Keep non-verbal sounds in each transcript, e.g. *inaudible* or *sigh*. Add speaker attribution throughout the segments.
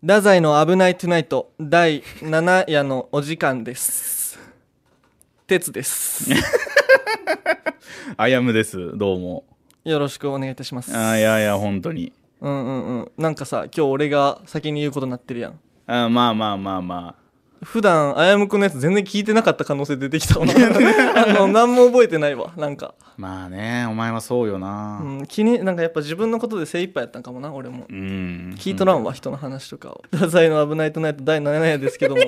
Speaker 1: 太宰の「危ないトゥナイト」第7夜のお時間です鉄です
Speaker 2: あやむですどうも
Speaker 1: よろしくお願いいたします
Speaker 2: あーいやいや本当に
Speaker 1: うんうんうんなんかさ今日俺が先に言うことになってるやん
Speaker 2: あーまあまあまあま
Speaker 1: 普段あやむくんのやつ全然聞いてなかった可能性出てき
Speaker 2: *laughs*
Speaker 1: たわあの何も覚えてないわなんか、
Speaker 2: あまあねお前はそうよ
Speaker 1: う、
Speaker 2: なん
Speaker 1: 気になんかやっぱ自分のことで精一杯やったんかもな俺も
Speaker 2: うん、
Speaker 1: 聞いとらんわ、人の話とかを「太宰の危ないトゥナイト」第7夜ですけど *laughs* も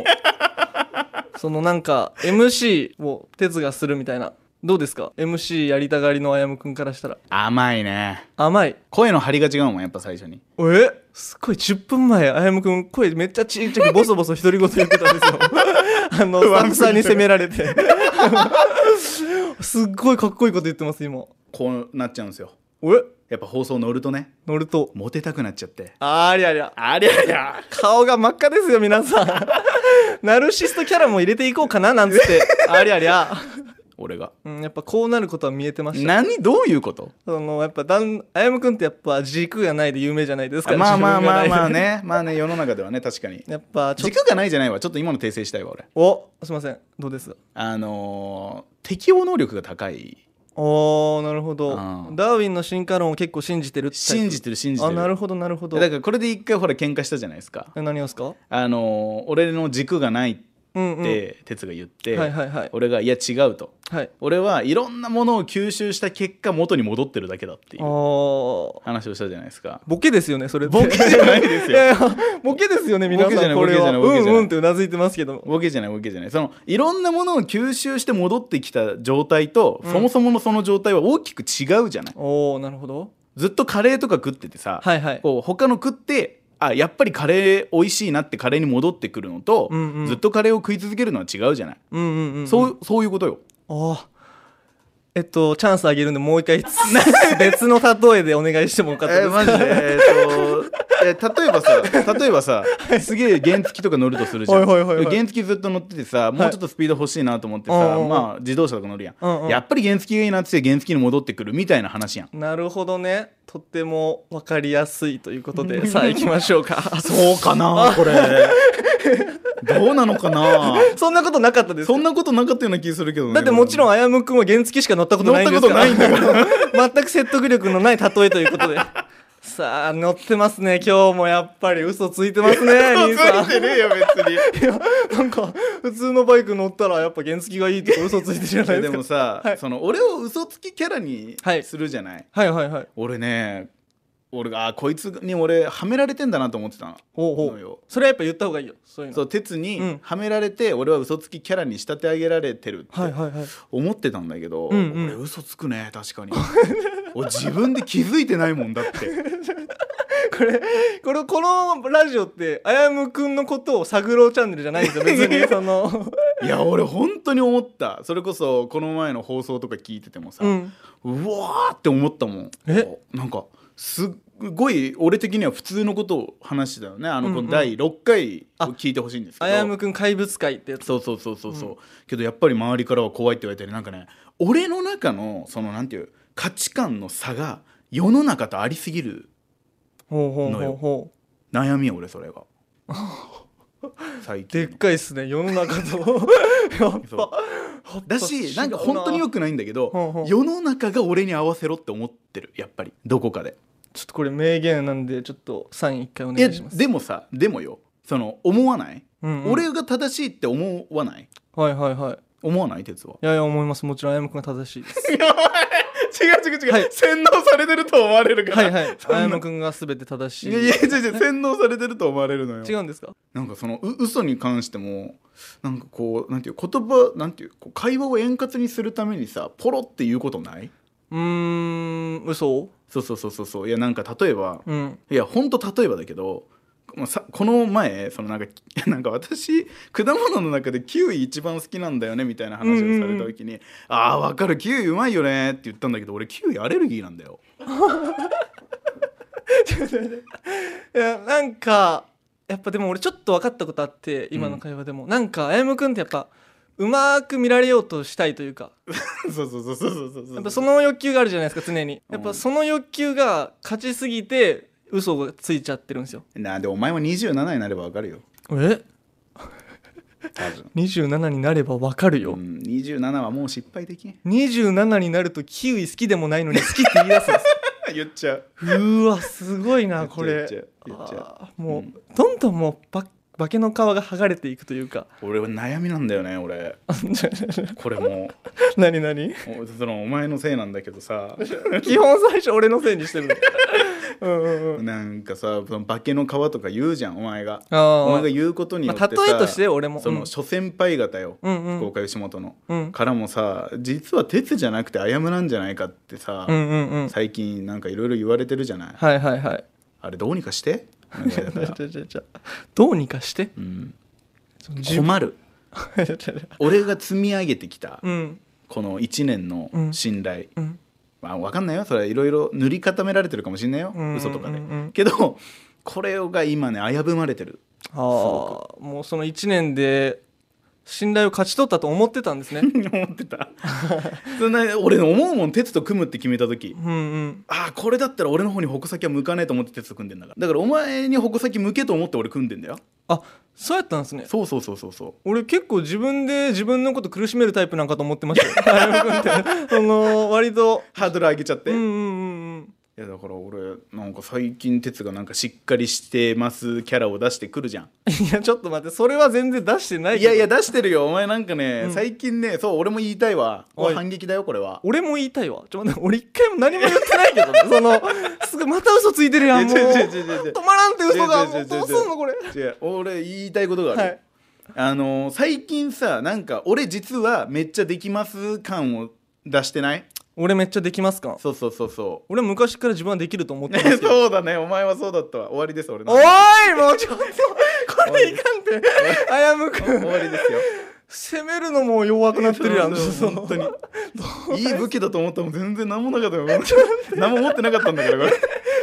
Speaker 1: そのなんか MC を哲がするみたいなどうですか MC やりたがりのあやむくんからしたら
Speaker 2: 甘いね
Speaker 1: 甘い
Speaker 2: 声の張りが違うもんやっぱ最初に
Speaker 1: えすごい10分前あやむくん声めっちゃちっちゃくボソボソ独り言言ってたん *laughs* ですよあのスタッフさんに責められて *laughs* すっごいかっこいいこと言ってます今
Speaker 2: こうなっちゃうんですよ
Speaker 1: え
Speaker 2: やっぱ放送乗るとね
Speaker 1: 乗ると
Speaker 2: モテたくなっちゃって
Speaker 1: ありゃりゃ
Speaker 2: ありゃりゃ
Speaker 1: 顔が真っ赤ですよ皆さん *laughs* ナルシストキャラも入れていこうかななんつってありゃりゃ、
Speaker 2: 俺が
Speaker 1: うん、やっぱこうなることは見えてました
Speaker 2: 何どういうこと
Speaker 1: そのやっぱだんあやむくんってやっぱ軸がないで有名じゃないですか
Speaker 2: まあまあまあまあ
Speaker 1: 自分がない
Speaker 2: ねまあね世の中ではね確かに
Speaker 1: でやっぱちょっと
Speaker 2: 軸がないじゃないわちょっと今の訂正したいわ俺
Speaker 1: おすいませんどうです
Speaker 2: あのー適応能力が高い
Speaker 1: おーなるほど
Speaker 2: うん
Speaker 1: ダーウィンの進化論を結構信じてるって
Speaker 2: 信じてる信じて
Speaker 1: あ
Speaker 2: る
Speaker 1: なるほどなるほど
Speaker 2: だからこれで一回ほら喧嘩したじゃないですか
Speaker 1: え何をですか
Speaker 2: あのー俺の軸がないっ
Speaker 1: うんうんはい
Speaker 2: て哲が言って、
Speaker 1: はいはい
Speaker 2: 俺が「いや違う」と
Speaker 1: はい
Speaker 2: 俺はいろんなものを吸収した結果元に戻ってるだけだってい
Speaker 1: あ
Speaker 2: う
Speaker 1: ー
Speaker 2: 話をしたじゃないですか
Speaker 1: ボケですよねそれって
Speaker 2: ボ
Speaker 1: *laughs*
Speaker 2: ケじゃないです
Speaker 1: いや
Speaker 2: よ
Speaker 1: いやボケですよね皆
Speaker 2: ボケじゃ
Speaker 1: さ
Speaker 2: なんい
Speaker 1: これはう
Speaker 2: ボケじゃな
Speaker 1: ん
Speaker 2: いボケじゃない
Speaker 1: うんってうなずいてますけど
Speaker 2: ボケじゃないボケじゃないそのいろんなものを吸収して戻ってきた状態と、
Speaker 1: うん
Speaker 2: そもそものその状態は大きく違うじゃない
Speaker 1: おおなるほど
Speaker 2: ずっとカレーとか食っててさ、
Speaker 1: はいはい
Speaker 2: こう他の食ってあやっぱりカレー美味しいなってカレーに戻ってくるのと、
Speaker 1: うんうん
Speaker 2: ずっとカレーを食い続けるのは違うじゃない、
Speaker 1: うんうんうん
Speaker 2: そうそういうことよ
Speaker 1: おーえっとチャンスあげるんでもう一回 *laughs* 別の例えでお願いしてもよかったです
Speaker 2: えー、マジで、えーとえー例えばさ例えばさすげえ原付きとか乗るとするじゃん
Speaker 1: はいはいはいはい
Speaker 2: 原付きずっと乗っててさもうちょっとスピード欲しいなと思ってさ、
Speaker 1: うんうんうん
Speaker 2: まあ自動車とか乗るやん、
Speaker 1: うんうん
Speaker 2: やっぱり原付きがいいなって言って原付きに戻ってくるみたいな話やん
Speaker 1: なるほどねとっても分かりやすいということでさあ行きましょう
Speaker 2: *laughs*
Speaker 1: か
Speaker 2: そうか *laughs* なこれどうなのかな
Speaker 1: そんなことなかったです
Speaker 2: そんなことなかったような気するけどね
Speaker 1: だってもちろ
Speaker 2: ん
Speaker 1: んあやむくんは原付しか乗ったことないんですから
Speaker 2: 乗ったこと
Speaker 1: ないんだから *laughs* 全く説得力のない例えということでさあ乗ってますね今日もやっぱり嘘ついてますね兄さん
Speaker 2: てねえよ別に
Speaker 1: *laughs* いやなんか普通のバイク乗ったらやっぱ原付がいいとか嘘ついてるじゃないい
Speaker 2: やで
Speaker 1: です
Speaker 2: も
Speaker 1: か
Speaker 2: さ、
Speaker 1: はい
Speaker 2: その俺を嘘つきキャラに
Speaker 1: はい
Speaker 2: するじゃない、
Speaker 1: はいはいはい
Speaker 2: 俺ね俺があーこいつに俺はめられてんだなと思ってたの
Speaker 1: おうお
Speaker 2: のよ
Speaker 1: うそれはやっぱ言った方がいいよそういうの
Speaker 2: そう鉄
Speaker 1: う
Speaker 2: に
Speaker 1: ん
Speaker 2: はめられて、俺は嘘つきキャラに仕立て上げられてるって
Speaker 1: はいはいはい
Speaker 2: 思ってたんだけど、
Speaker 1: うんうん
Speaker 2: 俺嘘つくね確かに *laughs* 俺自分で気づいてないもん
Speaker 1: *laughs*
Speaker 2: だって
Speaker 1: *laughs* これこれこのラジオってあやむくんのことを探ろうチャンネルじゃないんです *laughs* よ別にその
Speaker 2: いや俺本当に思ったそれこそこの前の放送とか聞いてても
Speaker 1: *laughs*
Speaker 2: さ、
Speaker 1: うん
Speaker 2: うわーって思ったもん
Speaker 1: え
Speaker 2: なんかすっごい俺的には普通のことを話してたよねあの、
Speaker 1: うんうん
Speaker 2: この第6回を聞いてほしいんですけ
Speaker 1: あ
Speaker 2: ど
Speaker 1: やむくん怪物界ってやつ
Speaker 2: そうそうそうそうそう、けどやっぱり周りからは怖いって言われてるなんかね俺の中のそのなんていう価値観の差が世の中とありすぎる
Speaker 1: ほうほう
Speaker 2: の
Speaker 1: ほう
Speaker 2: よ
Speaker 1: ほう
Speaker 2: 悩みよ俺それ *laughs* が最
Speaker 1: でっ
Speaker 2: 近の
Speaker 1: かいっすね世の中と *laughs* やっ
Speaker 2: そう
Speaker 1: ぱ
Speaker 2: だしなんか本当によくないんだけ
Speaker 1: ほうほ
Speaker 2: ど
Speaker 1: う
Speaker 2: 世の中が俺に合わせろって思ってるやっぱりどこかで
Speaker 1: ちょっとこれ名言なんでちょっとサイン一回お
Speaker 2: いや
Speaker 1: 願いします
Speaker 2: でもさでもよその思わない、
Speaker 1: うんうん
Speaker 2: 俺が正しいって思わない
Speaker 1: はいはいはい
Speaker 2: 思わない哲 *laughs* はい
Speaker 1: やいや思いますもちろんあやむくんが正しいです
Speaker 2: 違う違う違う、
Speaker 1: はい
Speaker 2: 洗脳されてると思われる
Speaker 1: *laughs*
Speaker 2: か
Speaker 1: はいはい
Speaker 2: そん
Speaker 1: *laughs* あ
Speaker 2: な
Speaker 1: やむくんが全て正しい
Speaker 2: いやいや違う違う洗脳されてると思われるのよ
Speaker 1: 違うんですか
Speaker 2: なんかそのう嘘に関してもなんかこうなんていう言葉なんていうこう会話を円滑にするためにさポロって言うことないう
Speaker 1: ーん嘘
Speaker 2: そうそうそうそうそういやなんか例えば
Speaker 1: うん
Speaker 2: いやほんと例えばだけどまあさこの前そのなんか *laughs* なんか私果物の中でキウイ一番好きなんだよねみたいな話をされた時に「あーわかるキウイうまいよね」って言ったんだけど俺キウイアレルギーなんだよ。 *laughs*
Speaker 1: いやなんかやっぱでも俺ちょっと分かったことあって今の会話でも、なんかあやむくんってやっぱうまく見られようとしたいというか
Speaker 2: そうそうそうそうそうそうそう
Speaker 1: やっぱその欲求があるじゃないですか常にやっぱその欲求が勝ちすぎて嘘がついちゃってるんですよ
Speaker 2: なんでお前は27になればわかるよ
Speaker 1: え
Speaker 2: 多分、
Speaker 1: 27になればわかるよ、
Speaker 2: うん、27はもう失敗できん
Speaker 1: 27になるとキウイ好きでもないのに好きって言い出すんです
Speaker 2: *laughs* 言っちゃう
Speaker 1: うーわすごいなこ
Speaker 2: 言っ
Speaker 1: れ
Speaker 2: ちゃう言っちゃう
Speaker 1: あーもう、どんどんもうば化けの皮が剥がれていくという *laughs* か
Speaker 2: 俺は悩みなんだよね俺これも
Speaker 1: 何何
Speaker 2: おそのお前のせいなんだけど *laughs* さ
Speaker 1: *laughs* 基本最初俺のせいにしてる *laughs* のうんうんうん
Speaker 2: なんかさその化けの皮とか言うじゃんお前が
Speaker 1: あー
Speaker 2: お前が言うことによ
Speaker 1: ま
Speaker 2: って
Speaker 1: あ、
Speaker 2: さ、
Speaker 1: 例えとして俺も
Speaker 2: その
Speaker 1: うん
Speaker 2: 諸先輩方よ、
Speaker 1: うんうん
Speaker 2: 福岡吉本の、
Speaker 1: うん
Speaker 2: からもさ実は鉄じゃなくてあやむなんじゃないかってさ、
Speaker 1: うんうんうん
Speaker 2: 最近なんかいろいろ言われてるじゃない
Speaker 1: はいはいはい
Speaker 2: あれどうにかしてお願いだ
Speaker 1: *laughs*
Speaker 2: から
Speaker 1: じゃじゃじゃどうにかして
Speaker 2: うん
Speaker 1: その自分
Speaker 2: 困る
Speaker 1: *laughs*
Speaker 2: 俺が積み上げてきた
Speaker 1: うん
Speaker 2: この1年の
Speaker 1: うん
Speaker 2: 信頼、
Speaker 1: うん
Speaker 2: まあ、分かんないよそれはいろいろ塗り固められてるかもしんないよ、
Speaker 1: うんうんうんうん
Speaker 2: 嘘とかでけどこれが今ね危ぶまれてる
Speaker 1: ああもうその1年で信頼を勝ち取ったと思ってたんですね
Speaker 2: 思ってたそんな俺思うもん鉄と組むって決めた時
Speaker 1: *laughs* うんうん
Speaker 2: ああこれだったら俺の方に矛先は向かねえと思って鉄と組んでんだからだからお前に矛先向けと思って俺組んでんだよ
Speaker 1: あそうやったんですね
Speaker 2: そうそうそうそうそう
Speaker 1: 俺結構自分で自分のこと苦しめるタイプなんかと思ってましたよ歩くん *laughs* ってその割と
Speaker 2: ハードル上げちゃって、
Speaker 1: うんう
Speaker 2: い
Speaker 1: んうんうん
Speaker 2: やだから俺なんか最近鉄がなんかしっかりしてますキャラを出してくるじゃん
Speaker 1: いやちょっと待ってそれは全然出してない
Speaker 2: い
Speaker 1: けど
Speaker 2: やいや出してるよお前なんかね、
Speaker 1: うん
Speaker 2: 最近ねそう俺も言いたいわ
Speaker 1: おい
Speaker 2: 反撃だよこれは
Speaker 1: 俺も言いたいわちょっと待って俺一回も何も言ってないけ
Speaker 2: *laughs*
Speaker 1: どねそのすぐまた嘘ついてるやんもう
Speaker 2: いや違う違う違う違う
Speaker 1: 止まらんって嘘が
Speaker 2: 違う違う
Speaker 1: も
Speaker 2: 違う違
Speaker 1: う
Speaker 2: う
Speaker 1: どうすんのこれ
Speaker 2: 違う俺言いたいことがある、
Speaker 1: はい
Speaker 2: あのー最近さなんか俺実はめっちゃできます感を出してない
Speaker 1: 俺めっちゃできますか
Speaker 2: そうそうそうそ
Speaker 1: 俺昔から自分はできると思っ
Speaker 2: う
Speaker 1: て
Speaker 2: *laughs*
Speaker 1: ますけど
Speaker 2: そうだねお前はそうだったわ終わりです俺の
Speaker 1: おーいもうちょっとこれいかんてあやむく
Speaker 2: 終
Speaker 1: ん
Speaker 2: わりですよ
Speaker 1: 攻めるのも弱くなってるやん
Speaker 2: そうそう本当に
Speaker 1: そう
Speaker 2: いい武器だと思ったもん全然何もなかったよ何も持ってなかったんだから *laughs* これ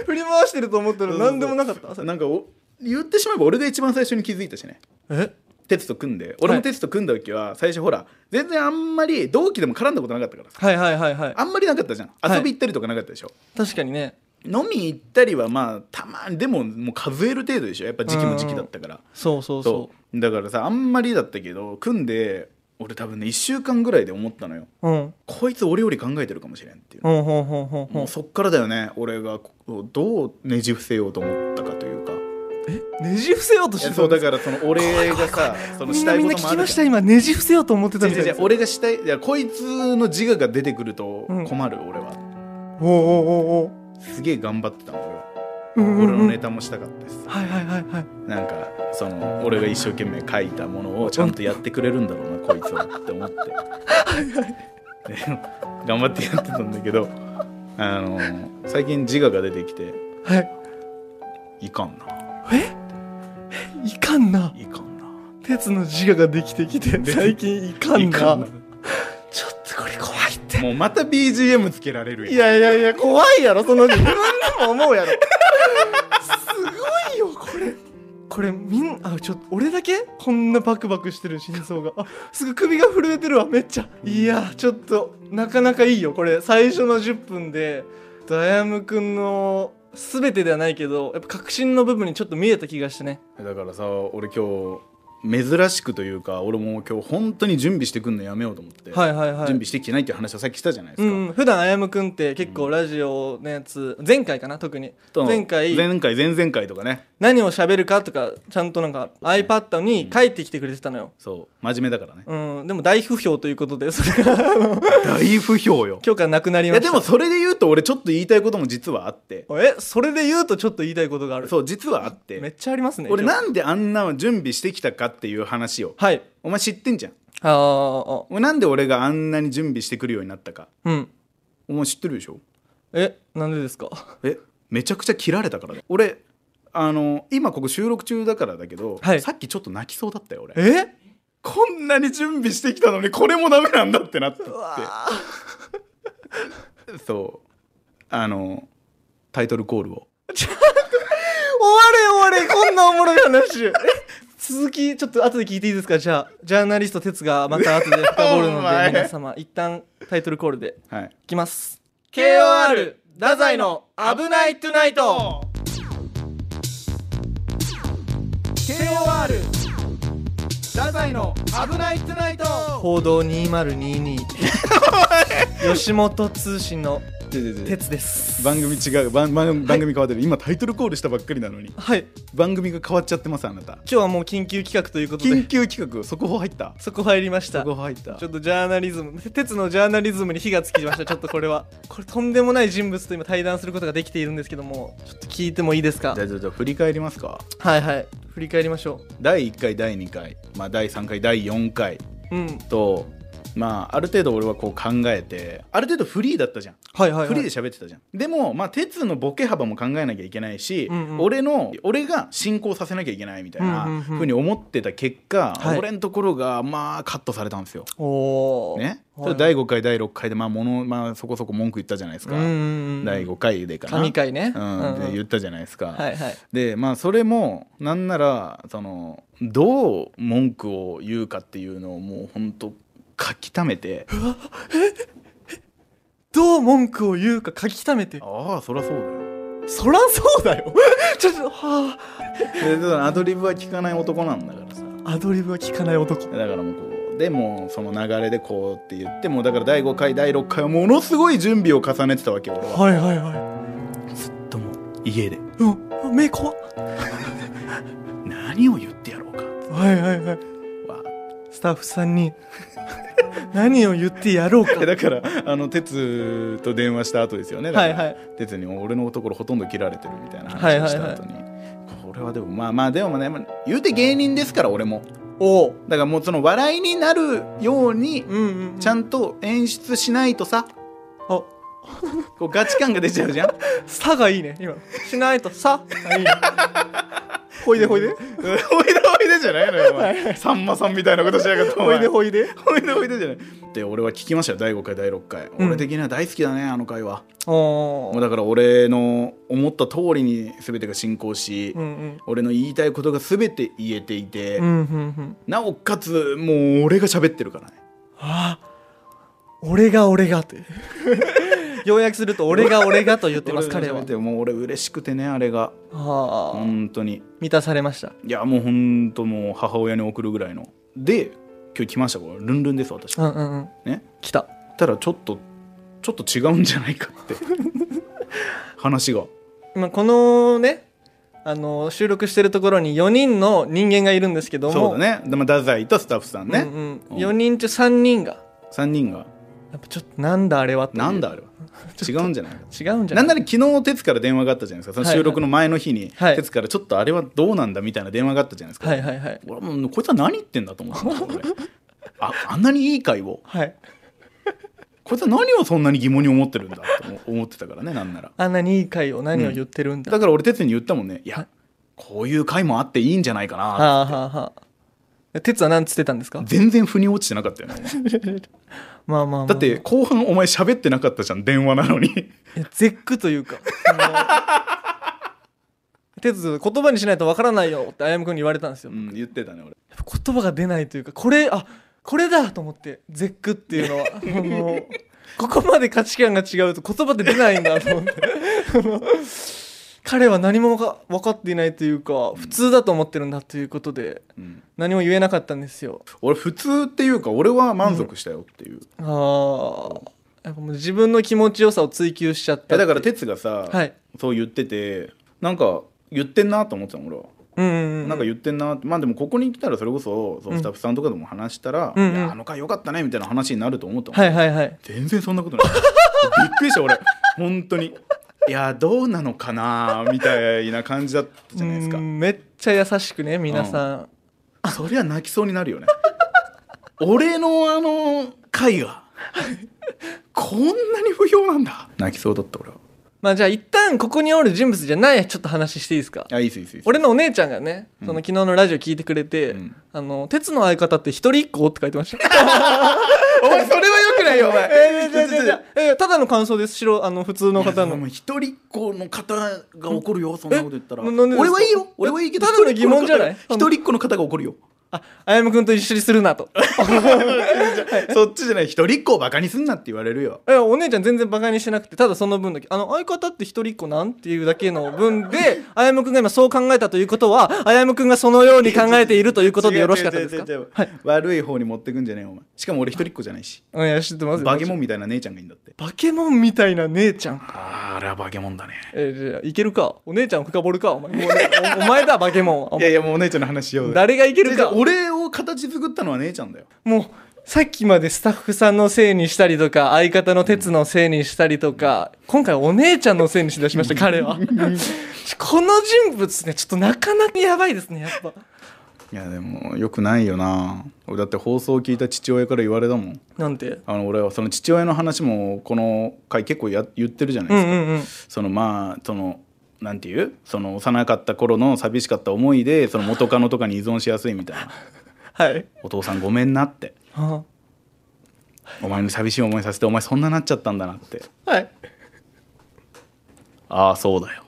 Speaker 1: 振り回してると思ったら何でもなかった
Speaker 2: なんかお言ってしまえば俺が一番最初に気づいたしね
Speaker 1: え
Speaker 2: 鉄と組んで俺も鉄と組んだ時は最初ほら全然あんまり同期でも絡んだことなかったからさ
Speaker 1: はいはいはいはい
Speaker 2: あんまりなかったじゃん
Speaker 1: はい
Speaker 2: 遊び行ったりとかなかったでしょ、
Speaker 1: 確かにね
Speaker 2: 飲み行ったりはまあたまにでももう数える程度でしょやっぱ時期も時期だったから、
Speaker 1: そうそうそ
Speaker 2: そううだからさあんまりだったけど組んで俺多分ね1週間ぐらいで思ったのよ
Speaker 1: うん
Speaker 2: こいつ俺より考えてるかもしれんっていう、
Speaker 1: ほんほんほんほんほ
Speaker 2: も
Speaker 1: ん
Speaker 2: うそっからだよね俺がこうどうねじ伏せようと思ったかというか
Speaker 1: ねじ伏せようとしてたんです
Speaker 2: そうだからその俺がさその
Speaker 1: み
Speaker 2: し
Speaker 1: んな
Speaker 2: たい
Speaker 1: みん
Speaker 2: こ
Speaker 1: な
Speaker 2: とも
Speaker 1: 聞
Speaker 2: あ
Speaker 1: き
Speaker 2: る
Speaker 1: ま
Speaker 2: じ
Speaker 1: し
Speaker 2: ゃん
Speaker 1: た今ねじ伏せようと思ってたみたい
Speaker 2: 違う違
Speaker 1: で
Speaker 2: う
Speaker 1: す
Speaker 2: 俺がしたいいやこいつの自我が出てくると困る、俺は
Speaker 1: おうおうおうおう
Speaker 2: すげえ頑張ってたの俺は、
Speaker 1: うんうん
Speaker 2: 俺
Speaker 1: う
Speaker 2: の
Speaker 1: ん
Speaker 2: ネタもしたかったです
Speaker 1: はいはいはいはい
Speaker 2: なんかその俺が一生懸命書いたものをちゃんとやってくれるんだろうな
Speaker 1: *laughs*
Speaker 2: こいつはって思ってで頑張ってやってたんだけどあの最近自我が出てきて
Speaker 1: はい
Speaker 2: いかんな
Speaker 1: えいかんない
Speaker 2: かんな
Speaker 1: 鉄の自我ができてきて最近いかん
Speaker 2: いか
Speaker 1: なん
Speaker 2: な
Speaker 1: ちょっとこれ怖いって
Speaker 2: もうまた BGM つけられる
Speaker 1: い
Speaker 2: やん
Speaker 1: やいやいや怖いやろその自分でも思うやろすごいよこれこれみんあちょっと俺だけこんなバクバクしてる心臓があすぐ首が震えてるわめっちゃいやちょっとなかなかいいよこれ最初の10分でダヤムくんの全てではないけどやっぱ確信の部分にちょっと見えた気がしてね
Speaker 2: だからさ俺今日珍しくというか俺も今日本当に準備してくんのやめようと思って、
Speaker 1: はいはいはい
Speaker 2: 準備してきてないっていう話をさっきしたじゃないで
Speaker 1: う
Speaker 2: すか、
Speaker 1: ん、普段あやむくんって結構ラジオのやつ、前回かな特に
Speaker 2: と
Speaker 1: 前回
Speaker 2: 前回前々回とかね
Speaker 1: 何を喋るかとかちゃんとなんか iPad に書いてきてくれてたのよ、
Speaker 2: そう真面目
Speaker 1: *laughs*
Speaker 2: だからね
Speaker 1: うんでも大不評ということでそれが
Speaker 2: 大不評よ
Speaker 1: 許可なくなり
Speaker 2: い
Speaker 1: まし
Speaker 2: や
Speaker 1: た
Speaker 2: でもそれで言うと俺ちょっと言いたいことも実はあって
Speaker 1: えそれで言うとちょっと言いたいことがある
Speaker 2: そう実はあっ
Speaker 1: めってちゃありますね
Speaker 2: 俺
Speaker 1: 今日
Speaker 2: なんであんな準備してきたかっていう話を
Speaker 1: はい
Speaker 2: お前知ってんじゃん
Speaker 1: あーあ
Speaker 2: お前なんで俺があんなに準備してくるようになったか
Speaker 1: うん
Speaker 2: お前知ってるでしょ
Speaker 1: えなんでですか
Speaker 2: えめちゃくちゃ切られたからだよ俺あの今ここ収録中だからだけど、
Speaker 1: はい
Speaker 2: さっきちょっと泣きそうだったよ俺
Speaker 1: え
Speaker 2: こんなに準備してきたのにこれもダメなんだってなったっ
Speaker 1: うわー
Speaker 2: てそうあのタイトルコールを
Speaker 1: 終われ終われこんなおもろい話え続きちょっと後で聞いていいですかじゃあジャーナリスト哲がまた後で深掘る
Speaker 2: お
Speaker 1: ので
Speaker 2: 前
Speaker 1: 皆様一旦タイトルコールで
Speaker 2: はい
Speaker 1: いきます
Speaker 2: KOR 太宰の
Speaker 1: 危ないトゥナイ
Speaker 2: ト歳の危ないトゥナイト
Speaker 1: 報道2022
Speaker 2: *laughs*
Speaker 1: 吉本通信の鉄です
Speaker 2: 番組違う番番番組変わってる、今タイトルコールしたばっかりなのに
Speaker 1: はい今
Speaker 2: 番組が変わっちゃってますあな *laughs* た
Speaker 1: 日はもう緊急企画ということ
Speaker 2: 緊
Speaker 1: で
Speaker 2: 急企画速報入った
Speaker 1: そこ入りました
Speaker 2: 速報入った
Speaker 1: ちょっとジャーナリズム鉄のジャーナリズムに火がつきましたちょっとこれはこれとんでもない人物と今対談することができているんですけどもちょっと聞いてもいいですか
Speaker 2: じゃあじゃあじゃあ振り返りますか
Speaker 1: はいはい振り返りましょ
Speaker 2: 第1回第2回、まあ、第3回第4回
Speaker 1: ううん
Speaker 2: とまあある程度俺はこう考えてある程度フリーだったじゃん
Speaker 1: はいはい、はい、
Speaker 2: フリーで喋ってたじゃんでもまあ鉄のボケ幅も考えなきゃいけないし、
Speaker 1: うんうん
Speaker 2: 俺の俺が進行させなきゃいけないみたい
Speaker 1: うんうんう
Speaker 2: なんふうに思ってた結果、
Speaker 1: はい
Speaker 2: 俺のところがまあカットされたんですよ。
Speaker 1: おお
Speaker 2: ね、
Speaker 1: はい
Speaker 2: 第5回第6回でまあもの、まあ、そこそこ文句言ったじゃないですか、
Speaker 1: うんうんうん
Speaker 2: 第5回でかな
Speaker 1: 神回ね
Speaker 2: うんで言ったじゃないですか、
Speaker 1: はいはい
Speaker 2: でまあそれもなんならそのどう文句を言うかっていうのをもうほんと書き溜
Speaker 1: *laughs*
Speaker 2: めて
Speaker 1: どう文句を言うか書き溜めて
Speaker 2: ああそりゃそうだよ
Speaker 1: そらそうだよ *laughs* ちょっとは
Speaker 2: でだからアドリブは聞かない男なんだからさ
Speaker 1: あアドリブが効かない男
Speaker 2: だからもうこうでもうその流れでこうって言ってもうだから第5回第6回はものすごい準備を重ねてたわけよ俺は
Speaker 1: はいはいは
Speaker 2: ずっともう家で
Speaker 1: いうん目怖っ
Speaker 2: 何を言ってやろうか
Speaker 1: はいはいはい
Speaker 2: わ
Speaker 1: スタッフさんに *laughs* 何を言ってやろうか
Speaker 2: あ *laughs* だからあの哲と電話した後ですよねだ
Speaker 1: は
Speaker 2: から
Speaker 1: いはい
Speaker 2: 哲に俺のところほとんど切られてるみたいな
Speaker 1: はい
Speaker 2: 話
Speaker 1: は
Speaker 2: を
Speaker 1: い
Speaker 2: した後に、これはでもまあまあでもねまあ言うて芸人ですから俺も
Speaker 1: おお
Speaker 2: だからもうその笑いになるように
Speaker 1: うんうんうん
Speaker 2: ちゃんと演出しないとさ
Speaker 1: あ
Speaker 2: こうガチ感が出ちゃうじゃん
Speaker 1: さがいいね今しないとさがいいねほいで
Speaker 2: *laughs*
Speaker 1: ほいで
Speaker 2: おいでおいでじゃないのよ、お前。さんまさんみたいなことしやがって、お
Speaker 1: ほい
Speaker 2: 前
Speaker 1: でほいで
Speaker 2: おいでおいでじゃない。で、俺は聞きましたよ、第5回、第6回。
Speaker 1: ん
Speaker 2: 俺的には大好きだね、あの回は。
Speaker 1: お
Speaker 2: もう
Speaker 1: ー
Speaker 2: だから俺の思った通りに全てが進行し、
Speaker 1: うんうん
Speaker 2: 俺の言いたいことが全て言えていて、
Speaker 1: うんうんうん
Speaker 2: なおかつ、もう俺が喋ってるからね。
Speaker 1: あ俺が俺がって *laughs* 要約すると俺が俺がと言ってます
Speaker 2: 俺
Speaker 1: 彼
Speaker 2: が喋
Speaker 1: は
Speaker 2: ってもう俺嬉しくてね、あれが。
Speaker 1: あー
Speaker 2: 本当に。
Speaker 1: 満たされました
Speaker 2: いや、もう本当もう母親に送るぐらいの。で、今日来ました、これ。ルンルンです、私
Speaker 1: う。んうんうん
Speaker 2: ね。
Speaker 1: 来た
Speaker 2: たらちょっとちょっと違うんじゃないかって
Speaker 1: *laughs*
Speaker 2: 話が
Speaker 1: 今このねあの収録してるところに4人の人間がいるんですけども
Speaker 2: そうだねでまあ太宰とスタッフさんね、
Speaker 1: うんうん
Speaker 2: うん
Speaker 1: 4人中3人が
Speaker 2: 3人が
Speaker 1: やっぱちょっとなんだあれはっていう
Speaker 2: なんだあれは違うんじゃないか
Speaker 1: 違うんじゃな
Speaker 2: な
Speaker 1: い
Speaker 2: んなら昨日鉄から電話があったじゃないですかその収録の前の日に、
Speaker 1: はいはい
Speaker 2: 鉄からちょっとあれはどうなんだみたいな電話があったじゃないですか、
Speaker 1: はいはいはい
Speaker 2: 俺はもうこいつは何言ってんだと思ってた俺ああんなにいい回を
Speaker 1: はい
Speaker 2: こいつは何をそんなに疑問に思ってるんだと思ってたからねなんなら
Speaker 1: あんなにいい回を何を言ってるんだ、
Speaker 2: だから俺鉄に言ったもんねい
Speaker 1: はい
Speaker 2: やこういう回もあっていいんじゃないかなって
Speaker 1: はあはあはあ哲は何つってたんですか
Speaker 2: 全然腑に落ちてなかったよね
Speaker 1: まあまあまあ、
Speaker 2: だって後半お前喋ってなかったじゃん電話なのに
Speaker 1: いや絶句というか
Speaker 2: *laughs*
Speaker 1: 哲言葉にしないとわからないよってあやむくんに言われたんですよ、
Speaker 2: うん言ってたね俺
Speaker 1: やっぱ言葉が出ないというかこれあこれだと思って絶句っていうのはあ
Speaker 2: *laughs*
Speaker 1: のここまで価値観が違うと言葉って出ないんだと思って *laughs* あの彼は何もわか分かっていないというか普通だと思ってるんだということで
Speaker 2: うん
Speaker 1: 何も言えなかったんですよ
Speaker 2: 俺普通っていうか俺は満足したよっていう、い
Speaker 1: あーやっぱもう自分の気持ちよさを追求しちゃった
Speaker 2: やだから
Speaker 1: て
Speaker 2: 哲がさ、
Speaker 1: はい
Speaker 2: そう言っててなんか言ってんなと思ってたの俺は、
Speaker 1: うんうんうん
Speaker 2: なんか言ってんなってまあでもここに来たらそれこそそう
Speaker 1: うん
Speaker 2: スタッフさんとかでも話したら「
Speaker 1: うんうん
Speaker 2: いやあの回よかったね」みたいな話になると思ったの、
Speaker 1: はいはいはい
Speaker 2: 全然そんなことないびっくりした俺本当にいやどうなのかなみたいな感じだったじゃないですか
Speaker 1: うんめっちゃ優しくね皆さん、
Speaker 2: そりゃ泣きそうになるよね俺のあの回がこんなに不評なんだ泣きそうだった俺は
Speaker 1: まあじゃあ一旦ここにおる人物じゃないちょっと話していいですか
Speaker 2: あいいっすいいっすいいっす
Speaker 1: 俺のお姉ちゃんがね、その昨日のラジオ聞いてくれて、
Speaker 2: うん
Speaker 1: あの、鉄の相方って一人一個って書いてました。
Speaker 2: *laughs* お前それはよくないよお前
Speaker 1: えー、じゃじゃじゃえーただの感想です。白、あの、普通の方
Speaker 2: いやお
Speaker 1: の。
Speaker 2: 前一人っ子の方が怒るよそんなこと言ったら
Speaker 1: えななんでですか
Speaker 2: 俺はいいよ俺はいいけど
Speaker 1: ただの疑問じゃない
Speaker 2: 一人っ子の方が一人っ子の方が怒るよ
Speaker 1: あああやむくんと一緒にするなと
Speaker 2: そっちじゃない一人っ子をバカにすんなって言われるよ
Speaker 1: いやお姉ちゃん全然バカにしてなくてただその分だけあの相方って一人っ子なんっていうだけの分
Speaker 2: *laughs*
Speaker 1: であやむくんが今そう考えたということはあやむくんがそのように考えているということでよろしかったですか
Speaker 2: 違う違う違う違う悪い方に持ってくんじゃねえよお前しかも俺一人っ子じゃないし
Speaker 1: うんいや知ってますよ
Speaker 2: バケモンみたいな姉ちゃんがいいんだって
Speaker 1: バケモンみたいな姉ちゃん
Speaker 2: あーあれはバケモンだね
Speaker 1: えーじゃあいけるかお姉ちゃんを深掘るかお前もうねおお前だバケモンお
Speaker 2: いや
Speaker 1: 前
Speaker 2: いやもうお姉ちゃんの話しようぜ
Speaker 1: 誰がいける
Speaker 2: じゃ
Speaker 1: か
Speaker 2: あ俺を形作ったのは姉ちゃんだよ
Speaker 1: もうさっきまでスタッフさんのせいにしたりとか相方の鉄のせいにしたりとか今回お姉ちゃんのせいにしだしま
Speaker 2: *laughs*
Speaker 1: した彼はこの人物ねちょっとなかなかやばいですねやっぱ
Speaker 2: いやでもよくないよな俺だって放送を聞いた父親から言われたもん
Speaker 1: なんて
Speaker 2: あの俺はその父親の話もこの回結構や言ってるじゃないで
Speaker 1: う
Speaker 2: す
Speaker 1: ん
Speaker 2: か、
Speaker 1: うんうん
Speaker 2: そのまあそのなんていうその幼かった頃の寂しかった思いでその元カノとかに依存しやすいみた *laughs* いな
Speaker 1: はい
Speaker 2: お父さんごめんなって
Speaker 1: あ
Speaker 2: お前の寂しい思いさせてお前そんななっちゃったんだなって
Speaker 1: はい
Speaker 2: ああそうだよ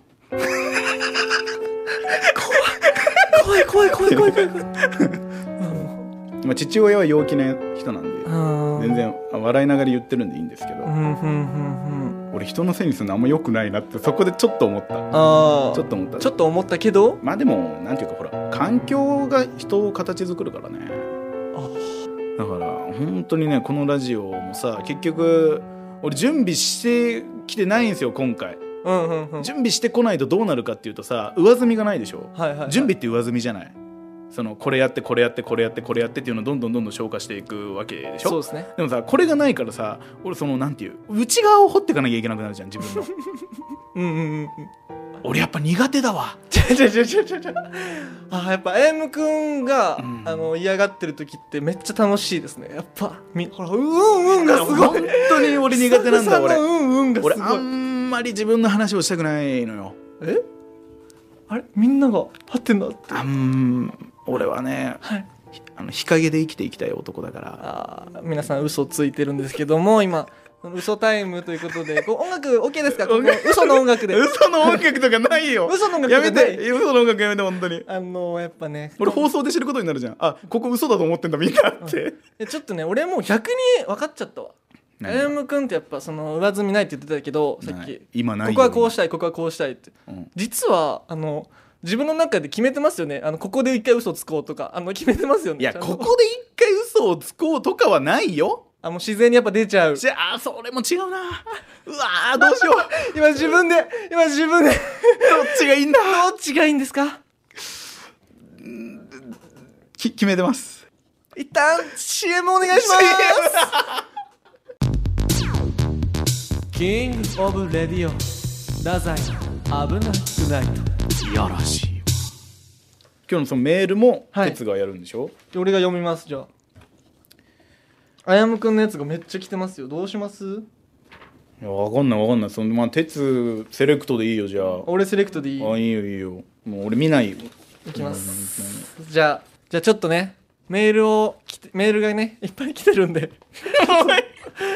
Speaker 1: 怖い怖い怖い怖い怖い怖
Speaker 2: *laughs*
Speaker 1: い
Speaker 2: まあ父親は陽気な人なん
Speaker 1: あ
Speaker 2: で
Speaker 1: ー
Speaker 2: 全然笑いながら言ってるんでいいんですけど、
Speaker 1: うんうんうんうん
Speaker 2: 俺人のせいにするのあんま良くないなってそこでちょっと思った
Speaker 1: ああ
Speaker 2: ちょっと思った
Speaker 1: ちょっと思ったけど
Speaker 2: まあでもなんていうかほら環境が人を形作るからね
Speaker 1: あ
Speaker 2: だから本当にねこのラジオもさ結局俺準備してきてないんですよ今回
Speaker 1: うんうんうん
Speaker 2: 準備してこないとどうなるかっていうとさ上積みがないでしょ
Speaker 1: はいはいはい
Speaker 2: 準備って上積みじゃないそのこれやってこれやってこれやってこれやってっていうのをどんどんどんどん消化していくわけでしょ
Speaker 1: そうですね
Speaker 2: でもさこれがないからさ俺そのなんていう内側を掘っていかなきゃいけなくなるじゃん自分の
Speaker 1: うんうんうんうん
Speaker 2: 俺やっぱ苦手だわ
Speaker 1: ちゃちゃちゃちゃちゃちゃあーやっぱ AM くんが、
Speaker 2: うん
Speaker 1: あの嫌がってる時ってめっちゃ楽しいですねやっぱみほらうんうんうんがすごい
Speaker 2: 本当に俺苦手なんだ
Speaker 1: 俺う
Speaker 2: 俺
Speaker 1: んうんがすご
Speaker 2: 俺
Speaker 1: い
Speaker 2: あんまり自分の話をしたくないのよ
Speaker 1: えあれみんながはてなって
Speaker 2: あん俺はね
Speaker 1: はい
Speaker 2: あの日陰で生きていきたい男だから
Speaker 1: あー皆さん嘘ついてるんですけども今嘘タイムということでこう音楽 OK ですかここ嘘の音楽で
Speaker 2: 嘘の音楽とかないよ
Speaker 1: 嘘の音楽
Speaker 2: や
Speaker 1: とか
Speaker 2: め
Speaker 1: ない
Speaker 2: て嘘の音楽やめて本当に
Speaker 1: あのやっぱね
Speaker 2: 俺放送で知ることになるじゃんあここ嘘だと思ってんだみんなって
Speaker 1: えちょっとね俺もう逆に分かっちゃったわ
Speaker 2: 何が
Speaker 1: AM くんってやっぱその上積みないって言ってたけどさっ
Speaker 2: ない
Speaker 1: き
Speaker 2: 今ない
Speaker 1: こ
Speaker 2: よ
Speaker 1: こはこうしたいここはこうしたいって
Speaker 2: うん
Speaker 1: 実はあの自分の中で決めてますよねあのここで一回嘘つこうとかあの決めてますよね
Speaker 2: いや
Speaker 1: ちゃんと
Speaker 2: ここで一回嘘をつこうとかはないよ
Speaker 1: あもう自然にやっぱ出ちゃう
Speaker 2: じゃあそれも違うなうわーどうしよう
Speaker 1: 今自分で今自分
Speaker 2: *laughs*
Speaker 1: でど
Speaker 2: どっちがいいんだ
Speaker 1: っちがいいんですか
Speaker 2: き決めてます
Speaker 1: 一旦 CM お願いしますキングオブレディオ太宰危なくない
Speaker 2: いやらしいわ今日のそのメールも
Speaker 1: はい
Speaker 2: 哲がやるんでしょ、
Speaker 1: 俺が読みますじゃああやむくんのやつがめっちゃ来てますよどうします
Speaker 2: い、や分かんない分かんないそのまあ哲セレクトでいいよじゃあ
Speaker 1: 俺セレクトでいい
Speaker 2: あいいよいいよもう俺見ないよ
Speaker 1: いきますじゃあじゃあちょっとねメールを来てメールがねいっぱい来てるんで *laughs*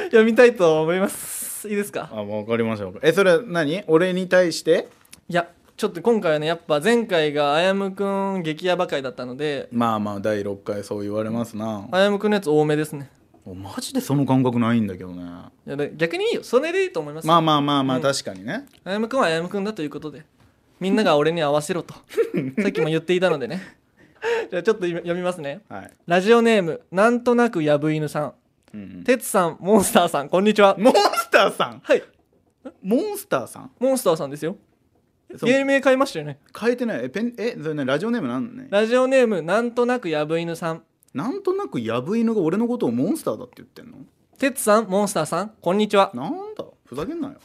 Speaker 1: 読みたいと思いますいいですか
Speaker 2: あ分かりましたわかりえそれは何俺に対して
Speaker 1: いやちょっと今回はねやっぱ前回があやむくん激ヤバ会だったので
Speaker 2: まあまあ第6回そう言われますな
Speaker 1: あやむくんのやつ多めですね
Speaker 2: マジでその感覚ないんだけどねま
Speaker 1: いやで逆にいいよそれでいいと思います、
Speaker 2: あまあまあまあ確かにね、
Speaker 1: あやむくんはあやむくんだということでみんなが俺に合わせろ
Speaker 2: *laughs*
Speaker 1: とさっきも言っていたのでねじゃあちょっと今読みますね
Speaker 2: はい、
Speaker 1: ラジオネームなんとなくやぶ犬さん
Speaker 2: うんうん
Speaker 1: てつさんモンスターさんこんにちは
Speaker 2: モンスターさん
Speaker 1: はい
Speaker 2: モンスターさん
Speaker 1: モンスターさんですよ
Speaker 2: そう
Speaker 1: 芸名変えましたよね
Speaker 2: 変えてないえペンえそれねラジオネームなんね
Speaker 1: ラジオネームなんとなくやぶ犬さん
Speaker 2: なんとなくヤブ犬が俺のことをモンスターだって言ってんの
Speaker 1: てつさんモンスターさんこんにちは
Speaker 2: なんだふざけんなよ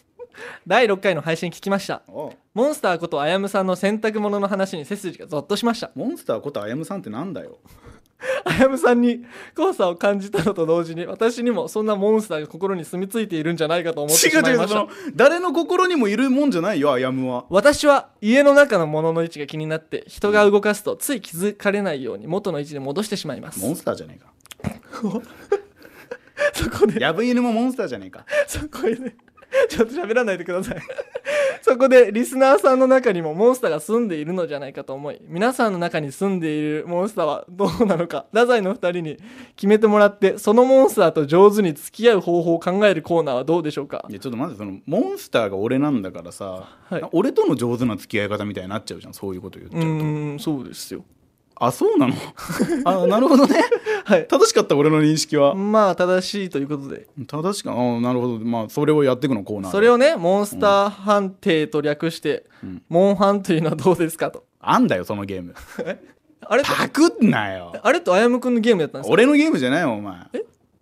Speaker 1: 第6回の配信聞きました
Speaker 2: ああ
Speaker 1: モンスターことあやむさんの洗濯物の話に背筋がゾッとしました
Speaker 2: モンスターことあやむさんってなんだよ
Speaker 1: あやむさんに怖さを感じたのと同時に私にもそんなモンスターが心に住み着いているんじゃないかと思ってしまいました
Speaker 2: その誰の心にもいるもんじゃないよあやむは
Speaker 1: 私は家の中の物の位置が気になって人が動かすとつい気づかれないように元の位置に戻してしまいます
Speaker 2: モンスターじゃねえか
Speaker 1: そこで
Speaker 2: ヤブ犬もモンスターじゃねえか
Speaker 1: そこでちょっと喋らないでくださいそこでリスナーさんの中にもモンスターが住んでいるのじゃないかと思い皆さんの中に住んでいるモンスターはどうなのか太宰の2人に決めてもらってそのモンスターと上手に付き合う方法を考えるコーナーはどうでしょうか
Speaker 2: いやちょっと待ってそのモンスターが俺なんだからさ、
Speaker 1: はい
Speaker 2: 俺との上手な付き合い方みたいになっちゃうじゃんそういうこと言っち
Speaker 1: う
Speaker 2: ゃうと、
Speaker 1: ーんそうですよ
Speaker 2: あそう
Speaker 1: *laughs*
Speaker 2: なのあなるほどね
Speaker 1: はい
Speaker 2: 正しかった俺の認識は、
Speaker 1: まあ正しいということで
Speaker 2: 正しかあなるほどまあそれをやっていくのコーナー
Speaker 1: それをねモンスター判定と略して、
Speaker 2: うん
Speaker 1: モンハンというのはどうですかと
Speaker 2: あんだよそのゲーム
Speaker 1: あれと
Speaker 2: パクんなよ
Speaker 1: あれとあやむくんのゲームやったんですか
Speaker 2: *laughs* 俺のゲームじゃないよお前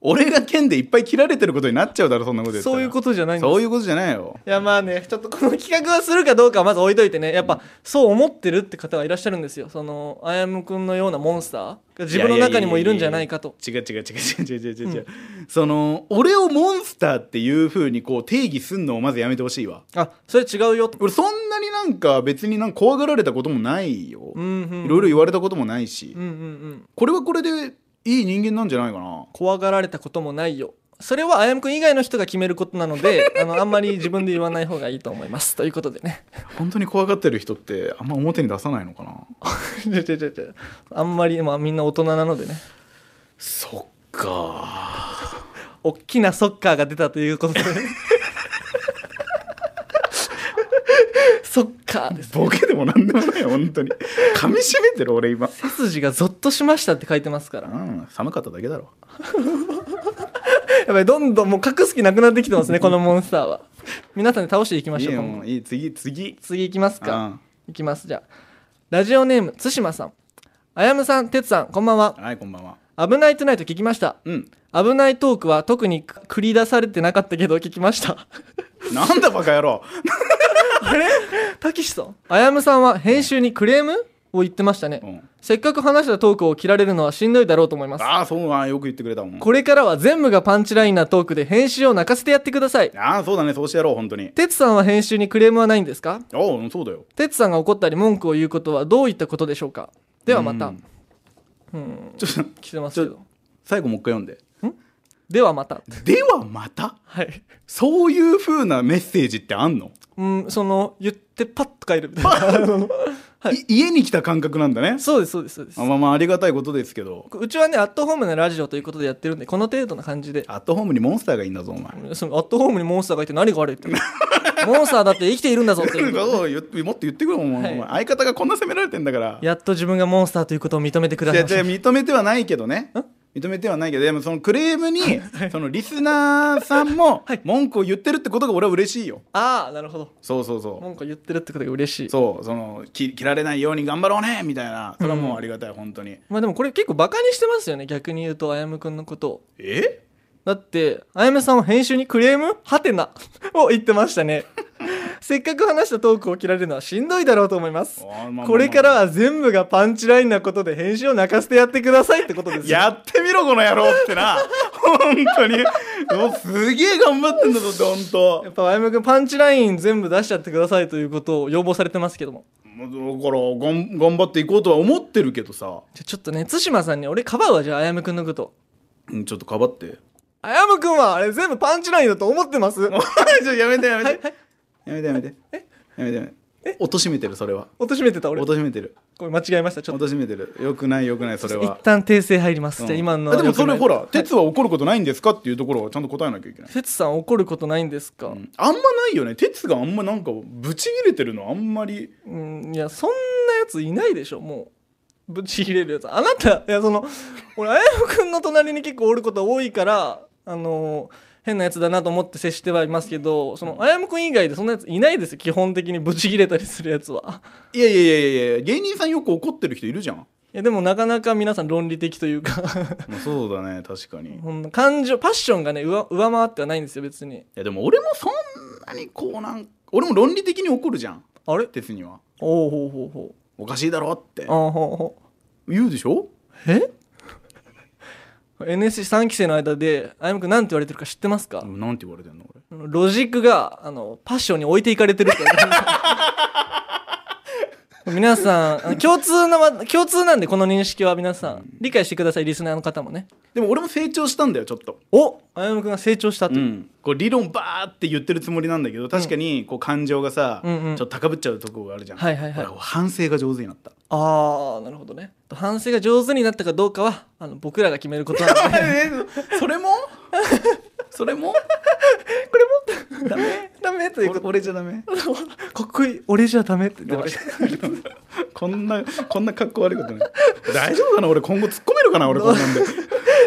Speaker 2: 俺が剣でいっぱい切られてることになっちゃうだろそんなこと言ったら
Speaker 1: そういうことじゃないんです
Speaker 2: そういうことじゃないよ
Speaker 1: いやまあねちょっとこの企画はするかどうかはまず置いといてねやっぱそう思ってるって方がいらっしゃるんですよそのあやむくんのようなモンスターが自分の中にもいるんじゃないかと
Speaker 2: 違う違う違う違う違う違う違う、その俺をモンスターっていうふうにこう定義すんのをまずやめてほしいわ
Speaker 1: あそれ違うよ
Speaker 2: 俺そんなになんか別になんか怖がられたこともないよ、
Speaker 1: うんうん
Speaker 2: いろいろ言われたこともないし、
Speaker 1: うんうんうん
Speaker 2: これはこれでいい人間なんじゃないかな
Speaker 1: 怖がられたこともないよそれはあやむくん以外の人が決めることなの
Speaker 2: *laughs*
Speaker 1: であのあんまり自分で言わない方がいいと思いますということでね
Speaker 2: 本当に怖がってる人ってあんま表に出さないのかな
Speaker 1: ちょちょちょちょあんまり、まあ、みんな大人なのでね
Speaker 2: そっか
Speaker 1: おっきなソッカーが出たということで
Speaker 2: *laughs*
Speaker 1: ソッカーです
Speaker 2: ボケでもなんでもないよ本当に噛み締めてる俺今
Speaker 1: 背筋がゾッとしましたって書いてますか
Speaker 2: う
Speaker 1: らや
Speaker 2: ん寒かっただけだろ
Speaker 1: っぱりどんどんもう隠す気なくなってきてます *laughs* ねこのモンスターは皆さんで倒していきま
Speaker 2: いい
Speaker 1: しょう
Speaker 2: よ
Speaker 1: 今
Speaker 2: も
Speaker 1: 度
Speaker 2: ういい次次
Speaker 1: 次いきますか
Speaker 2: あ
Speaker 1: いきますじゃあラジオネーム対馬さんあやむさんてつさんこんばんは
Speaker 2: あはいこんばんは
Speaker 1: 危ないトゥナイト聞きました
Speaker 2: うん
Speaker 1: 危ないトークは特に繰り出されてなかったけど聞きました *laughs*
Speaker 2: なんだバカ野郎
Speaker 1: たけしさんあやむさんは編集にクレームを言ってましたね、
Speaker 2: うん
Speaker 1: せっかく話したトークを切られるのはしんどいだろうと思います
Speaker 2: ああそうあーよく言ってくれたもん
Speaker 1: これからは全部がパンチラインなトークで編集を泣かせてやってください
Speaker 2: ああそうだねそうしてやろう本当に
Speaker 1: てつさんは編集にクレームはないんですか
Speaker 2: ああうんそうだよ
Speaker 1: てつさんが怒ったり文句を言うことはどういったことでしょうかではまた
Speaker 2: う
Speaker 1: うんん
Speaker 2: ちょっと
Speaker 1: 来てますけど
Speaker 2: 最後もう一回読んで
Speaker 1: ではまた
Speaker 2: ではまた
Speaker 1: はい
Speaker 2: そういう風なメッセージってあんの、
Speaker 1: うんその言ってパッと帰るみたいな *laughs* あのはい
Speaker 2: い家に来た感覚なんだね
Speaker 1: そうですそうですそうです
Speaker 2: あまあまあありがたいことですけど
Speaker 1: うちはねアットホームなラジオということでやってるんでこの程度な感じで
Speaker 2: アットホームにモンスターがいいんだぞお前
Speaker 1: そのアットホームにモンスターがいて何が悪い *laughs* ってモンスターだって生きているんだぞっていうことで
Speaker 2: そう言ってもっと言ってくれお前
Speaker 1: はい
Speaker 2: お前相方がこんな責められてんだから
Speaker 1: やっと自分がモンスターということを認めてくだ
Speaker 2: い
Speaker 1: さ
Speaker 2: や
Speaker 1: い
Speaker 2: いや認めてはないけどね認めてはないけどでもそのクレー
Speaker 1: *laughs*
Speaker 2: ムにそのリスナーさんも
Speaker 1: はい
Speaker 2: 文句を言ってるってことが俺は嬉しいよ
Speaker 1: ああなるほど
Speaker 2: そうそうそう
Speaker 1: 文句言ってるってことが嬉しい
Speaker 2: そうそのき切られないように頑張ろうねみたいなそれはもうありがたい本当に
Speaker 1: まあでもこれ結構バカにしてますよね逆に言うとあやむくんのことを
Speaker 2: え
Speaker 1: だってあやめさんは編集にクレームはてな *laughs* を言ってましたねせっかく話したトークを切られるのはしんどいだろうと思います
Speaker 2: あーまあまあまあ
Speaker 1: これからは全部がパンチラインなことで編集を泣かせてやってくださいってことですよ
Speaker 2: やってみろこの野郎ってな *laughs* 本当にもうすげえ頑張ってんだぞって本当
Speaker 1: やっぱあやむくんパンチライン全部出しちゃってくださいということを要望されてますけども
Speaker 2: もうだからがん頑張っていこうとは思ってるけどさ
Speaker 1: じゃあちょっとね対馬さんに俺かばうわじゃああやむくんのこと
Speaker 2: うんちょっとかばって
Speaker 1: あやむくんはあれ全部パンチラインだと思ってます
Speaker 2: もう *laughs* ちょやめてやめ
Speaker 1: はい
Speaker 2: てやめてやめてやめてやめて貶めてるそれは
Speaker 1: 落としめてた俺
Speaker 2: 貶
Speaker 1: こ
Speaker 2: めてる
Speaker 1: れ間違えましたちょっと
Speaker 2: 貶めてるよくないよくないそれは
Speaker 1: 一旦訂正入ります、
Speaker 2: うん
Speaker 1: じゃあ今の
Speaker 2: あでもそれほ
Speaker 1: は
Speaker 2: ら
Speaker 1: い
Speaker 2: 鉄は怒ることないんですかっていうところをちゃんと答えなきゃいけない、
Speaker 1: 哲さん怒ることないんですか
Speaker 2: うんあんまないよね鉄があんまなんかブチ切れてるのあんまり
Speaker 1: うん、いやそんなやついないでしょもうぶち切れるやつあなたいやその俺綾く君の隣に結構おること多いからあの変なやつだなと思って接してはいますけどその綾く君以外でそんなやついないですよ基本的にぶち切れたりするやつはい
Speaker 2: やいやいやいや芸人さんよく怒ってる人いるじゃん、
Speaker 1: いやでもなかなか皆さん論理的というか
Speaker 2: *laughs*
Speaker 1: *laughs*
Speaker 2: まあ、そうだね確かにい
Speaker 1: ほんの感情パッションがね上上回ってはないんですよ別に
Speaker 2: やでも俺もそんなにこうなん俺も論理的に怒るじゃん
Speaker 1: あれ
Speaker 2: 鉄には
Speaker 1: おおほうほうほう
Speaker 2: おかしいだろって
Speaker 1: あーほうほう
Speaker 2: 言うでしょ
Speaker 1: え NSC3 期生の間であやむくんなんて言われてるか知ってますか、
Speaker 2: うんなんて言われてんの俺
Speaker 1: ロジックがあのパッションに置いていかれてるって言われてる *laughs* 皆さんあの共通のわ共通なんでこの認識は皆さん理解してくださいリスナーの方もね
Speaker 2: でも俺も成長したんだよちょっと、
Speaker 1: おあやむくんが成長したと、
Speaker 2: こう理論バーって言ってるつもりなんだけど確かにこう感情がさ、
Speaker 1: うんうん
Speaker 2: ちょっと高ぶっちゃうとこがあるじゃん、
Speaker 1: はいはいはい
Speaker 2: ほら反省が上手に
Speaker 1: *laughs*
Speaker 2: なった
Speaker 1: ああなるほどね反省が上手になったかどうかはあの僕らが決めることなので
Speaker 2: えそ *laughs* れもそれも
Speaker 1: *laughs* ダメという
Speaker 2: 俺
Speaker 1: こと
Speaker 2: 俺じゃダメ
Speaker 1: かっこいい俺じゃダメって言ってま
Speaker 2: 俺
Speaker 1: した
Speaker 2: こんなこんな格好悪いことない大丈夫かな俺今後突っ込めるかな俺こんなんで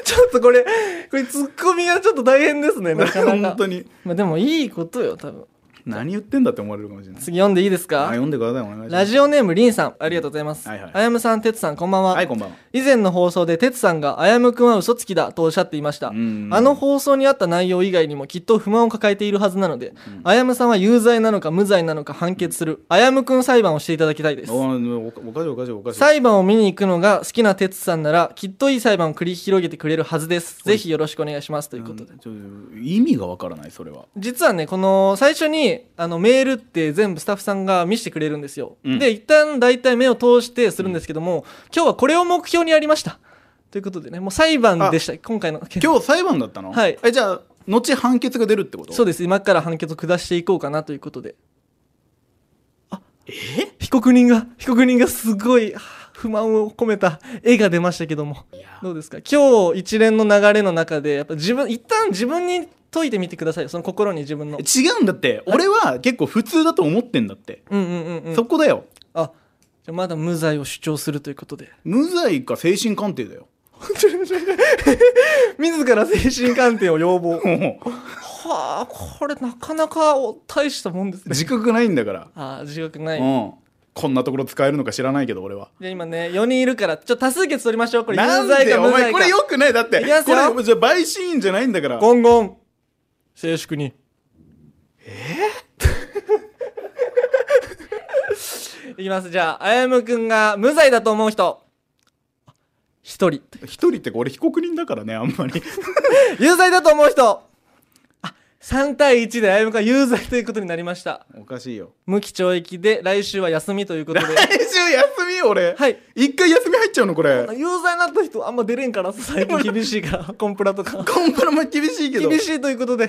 Speaker 1: ちょっとこれこれツッコミがちょっと大変ですね
Speaker 2: *laughs*
Speaker 1: なかなか
Speaker 2: 本当に
Speaker 1: まあでもいいことよ多分
Speaker 2: 何言ってんだって思われるかもしれない
Speaker 1: 次読んでいいです
Speaker 2: あ
Speaker 1: か
Speaker 2: 読んでくださいお願いします
Speaker 1: ラジオネームりんさんありがとうございます、
Speaker 2: はいはい
Speaker 1: あやむさんてつさんこんばんは、
Speaker 2: はいこんばんは
Speaker 1: 以前の放送でてつさんが「あやむくんは嘘つきだ」とおっしゃっていましたあ
Speaker 2: ん
Speaker 1: の放送にあった内容以外にもきっと不満を抱えているはずなので、あやむさんは有罪なのか無罪なのか判決するあやむくん裁判をしていただきたいです
Speaker 2: おおおかしいおかしいおかしい
Speaker 1: 裁判を見に行くのが好きな哲さんならきっといい裁判を繰り広げてくれるはずですぜひよろしくお願いしますということで、
Speaker 2: ちょっと意味がわからないそれは
Speaker 1: 実はねこの最初にあのメールって全部スタッフさんが見せてくれるんですよ、
Speaker 2: うん
Speaker 1: で一旦大体目を通してするんですけども、今日はこれを目標にやりましたということでねもう裁判でした今回の件
Speaker 2: 今日裁判だったの
Speaker 1: はい
Speaker 2: えじゃあ後判決が出るってこと
Speaker 1: そうです今から判決を下していこうかなということであえ被告人が被告人がすごいはあ不満を込めた絵が出ましたけども
Speaker 2: いや
Speaker 1: どうですか今日一連の流れの中でやっぱ自分一旦自分に解いてみてくださいよその心に自分の
Speaker 2: 違うんだって俺は結構普通だと思ってんだって、
Speaker 1: うんうんうんうん
Speaker 2: そこだよ
Speaker 1: あじゃあまだ無罪を主張するということで
Speaker 2: 無罪か精神鑑定だよ
Speaker 1: *laughs*
Speaker 2: *laughs*
Speaker 1: 自ら精神鑑定を要望
Speaker 2: も
Speaker 1: はあこれなかなかお大したもんです
Speaker 2: う
Speaker 1: ね
Speaker 2: 自覚ないんだから、
Speaker 1: ああ自覚ない、
Speaker 2: うんこんなところ使えるのか知らないけど俺は
Speaker 1: じゃあ今ね4人いるからちょっと多数決取りましょうこれ
Speaker 2: な
Speaker 1: 有
Speaker 2: ん
Speaker 1: 罪
Speaker 2: で
Speaker 1: か
Speaker 2: お
Speaker 1: 無
Speaker 2: 前
Speaker 1: 罪
Speaker 2: こ
Speaker 1: か
Speaker 2: れよくないだって
Speaker 1: いきますよ
Speaker 2: これじゃあ陪審員じゃないんだから
Speaker 1: ゴンゴン静粛にえ *laughs* いきますじゃああやむくんが無罪だと思う人一人
Speaker 2: 一人ってか俺被告人だからねあんま
Speaker 1: *laughs*
Speaker 2: り
Speaker 1: 有罪だと思う人あ3対1であやむくんは有罪ということになりました
Speaker 2: おかしいよ
Speaker 1: 無期懲役で来週は休みということで
Speaker 2: *laughs* 来週休みよ俺、
Speaker 1: はい
Speaker 2: 一回休み入っちゃうのこれ
Speaker 1: 有罪になった人あんま出れんから最近厳しいからコンプラとか
Speaker 2: コンプラも厳しいけど
Speaker 1: 厳しいということで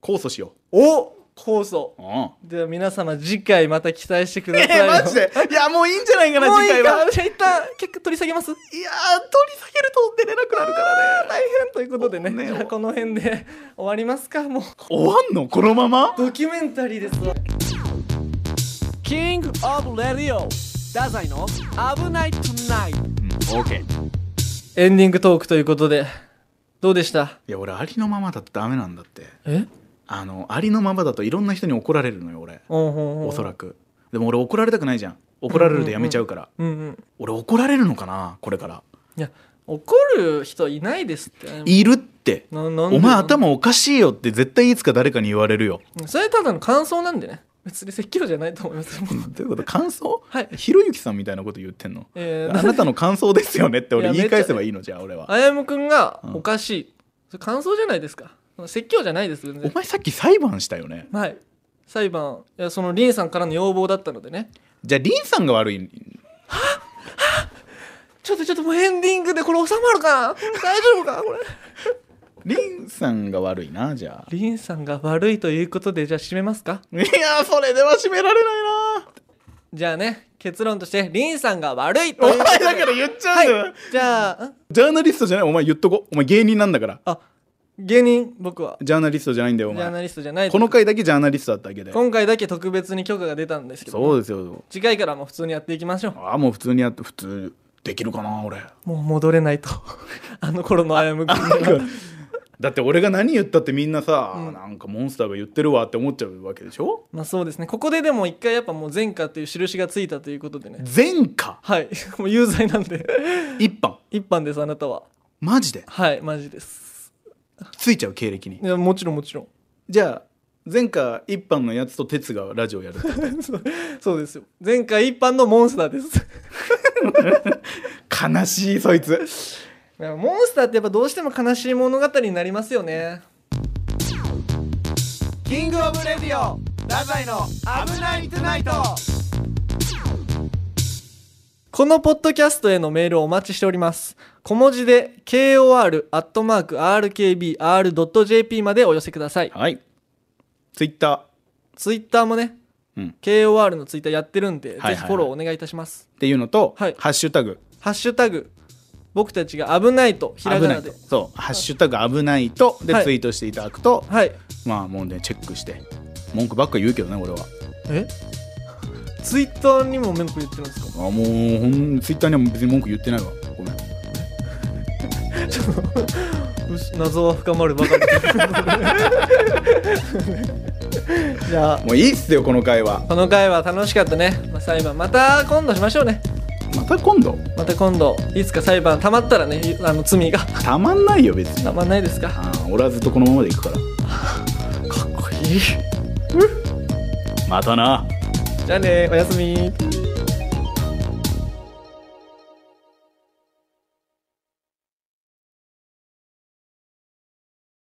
Speaker 2: 控訴しよ
Speaker 1: お控訴
Speaker 2: ううん
Speaker 1: では皆様次回また期待して *laughs* ください
Speaker 2: えー、
Speaker 1: よ
Speaker 2: マジでいやもういいんじゃないかな
Speaker 1: もうい
Speaker 2: 次
Speaker 1: い
Speaker 2: 回は
Speaker 1: かじゃあ一旦結構取り下げます
Speaker 2: いやー取り下げると出れなくなるからね
Speaker 1: 大変ということでね
Speaker 2: ね
Speaker 1: じゃあこの辺で終わりますかもう
Speaker 2: 終わんのこのまま
Speaker 1: ドキュメンタリーですわキングオブレディオダザイの危ないトナイト
Speaker 2: オーケー
Speaker 1: エンディングトークということでどうでした
Speaker 2: いや俺ありのままだとダメなんだって
Speaker 1: え
Speaker 2: あのありのままだといろんな人に怒られるのよ俺
Speaker 1: うんうんうん
Speaker 2: おそらくでも俺怒られたくないじゃん怒られるでやめちゃうから、
Speaker 1: うんうん
Speaker 2: 俺怒られるのかなこれから
Speaker 1: いや怒る人いないですって
Speaker 2: いるって
Speaker 1: ななんで
Speaker 2: お前頭おかしいよって絶対いつか誰かに言われるよ *laughs*
Speaker 1: それただの感想なんでね別に説教じゃないと思いますもう
Speaker 2: どういうこと感想、
Speaker 1: はい
Speaker 2: ひろゆきさんみたいなこと言ってんの
Speaker 1: えー
Speaker 2: あなたの感想ですよねって
Speaker 1: い
Speaker 2: 俺
Speaker 1: や
Speaker 2: 言い返せばいいのじゃあ俺は
Speaker 1: あやむくんが
Speaker 2: うん
Speaker 1: おかしい、それ感想じゃないですか説教じゃないです全
Speaker 2: お
Speaker 1: 然
Speaker 2: 前さっき裁判したよね
Speaker 1: はい裁判いやそのリンさんからの要望だったのでね
Speaker 2: じゃあリンさんが悪い
Speaker 1: ちょっとちょっともうエンディングでこれ収まるかな大丈夫かこれ
Speaker 2: リンさんが悪いなじゃあ
Speaker 1: リンさんが悪いということでじゃあ締めますか
Speaker 2: いやーそれでは締められないな
Speaker 1: じゃあね結論としてリンさんが悪いと
Speaker 2: お
Speaker 1: いう
Speaker 2: 前だから言っちゃ
Speaker 1: は
Speaker 2: うん
Speaker 1: い
Speaker 2: だよ、
Speaker 1: じゃあん
Speaker 2: ジャーナリストじゃないお前言っとこお前芸人なんだから
Speaker 1: あ芸人僕は
Speaker 2: ジャーナリストじゃないんだよお
Speaker 1: ジャー
Speaker 2: 前
Speaker 1: ナリストじゃない
Speaker 2: この回だけジャーナリストだっただけで
Speaker 1: 今回だけ特別に許可が出たんですけど
Speaker 2: そうですよ
Speaker 1: 次回からはもう普通にやっていきましょう
Speaker 2: ああもう普通にやって普通できるかな俺
Speaker 1: もう戻れないと *laughs* あの頃の歩 *laughs* 夢君には
Speaker 2: だって俺が何言ったってみんなさ、なんかモンスターが言ってるわって思っちゃうわけでしょ
Speaker 1: まあそうですねここででも一回やっぱもう前科という印がついたということでね
Speaker 2: 前科
Speaker 1: はい *laughs* もう有罪なんで
Speaker 2: 一般
Speaker 1: 一般ですあなたは
Speaker 2: マジで
Speaker 1: はいマジです
Speaker 2: ついちゃう経歴に
Speaker 1: いやもちろんもちろん *laughs*
Speaker 2: じゃあ前科一般のやつと哲がラジオやるって
Speaker 1: そうそうですよ前回一般のモンスターです *laughs*
Speaker 2: 悲しいそいつ
Speaker 1: いやモンスターってやっぱどうしても悲しい物語になりますよねキングオブレディオダザイの危ないトゥナイトこのポッドキャストへのメールをお待ちしております。小文字で kor.rkbr.jp までお寄せください。
Speaker 2: はいツイッタ
Speaker 1: ツイッターもね、
Speaker 2: ー、うん、っ
Speaker 1: KOR のツイッターやってるんで、
Speaker 2: はいはいはい
Speaker 1: ぜひフォローお願いいたします。
Speaker 2: ていうのと、
Speaker 1: はい
Speaker 2: ハッシュタグ
Speaker 1: ハッシュタグ、僕たちが危ないと、ひ
Speaker 2: 危
Speaker 1: らが
Speaker 2: な
Speaker 1: ない
Speaker 2: と
Speaker 1: で。
Speaker 2: そう「ハッシュタグ危ないと」で
Speaker 1: はい
Speaker 2: ツイートしていただくと、
Speaker 1: はい。
Speaker 2: まあもうねチェックして文句ばっか言うけどね俺は
Speaker 1: えツイッターにも文句言ってるんですか
Speaker 2: あもうほんツイッターには別に文句言ってないわごめん
Speaker 1: うし謎は深まるばかり *laughs* じゃあ
Speaker 2: もういいっすよこの会話
Speaker 1: この回は楽しかったね、まあ、裁判また今度しましょうね
Speaker 2: また今度
Speaker 1: また今度いつか裁判たまったらねいあの罪が
Speaker 2: たまんないよ別に
Speaker 1: たまんないですかか
Speaker 2: あー俺はずっとこのままでいくから
Speaker 1: っこいい
Speaker 2: またな
Speaker 1: じゃあねおやすみ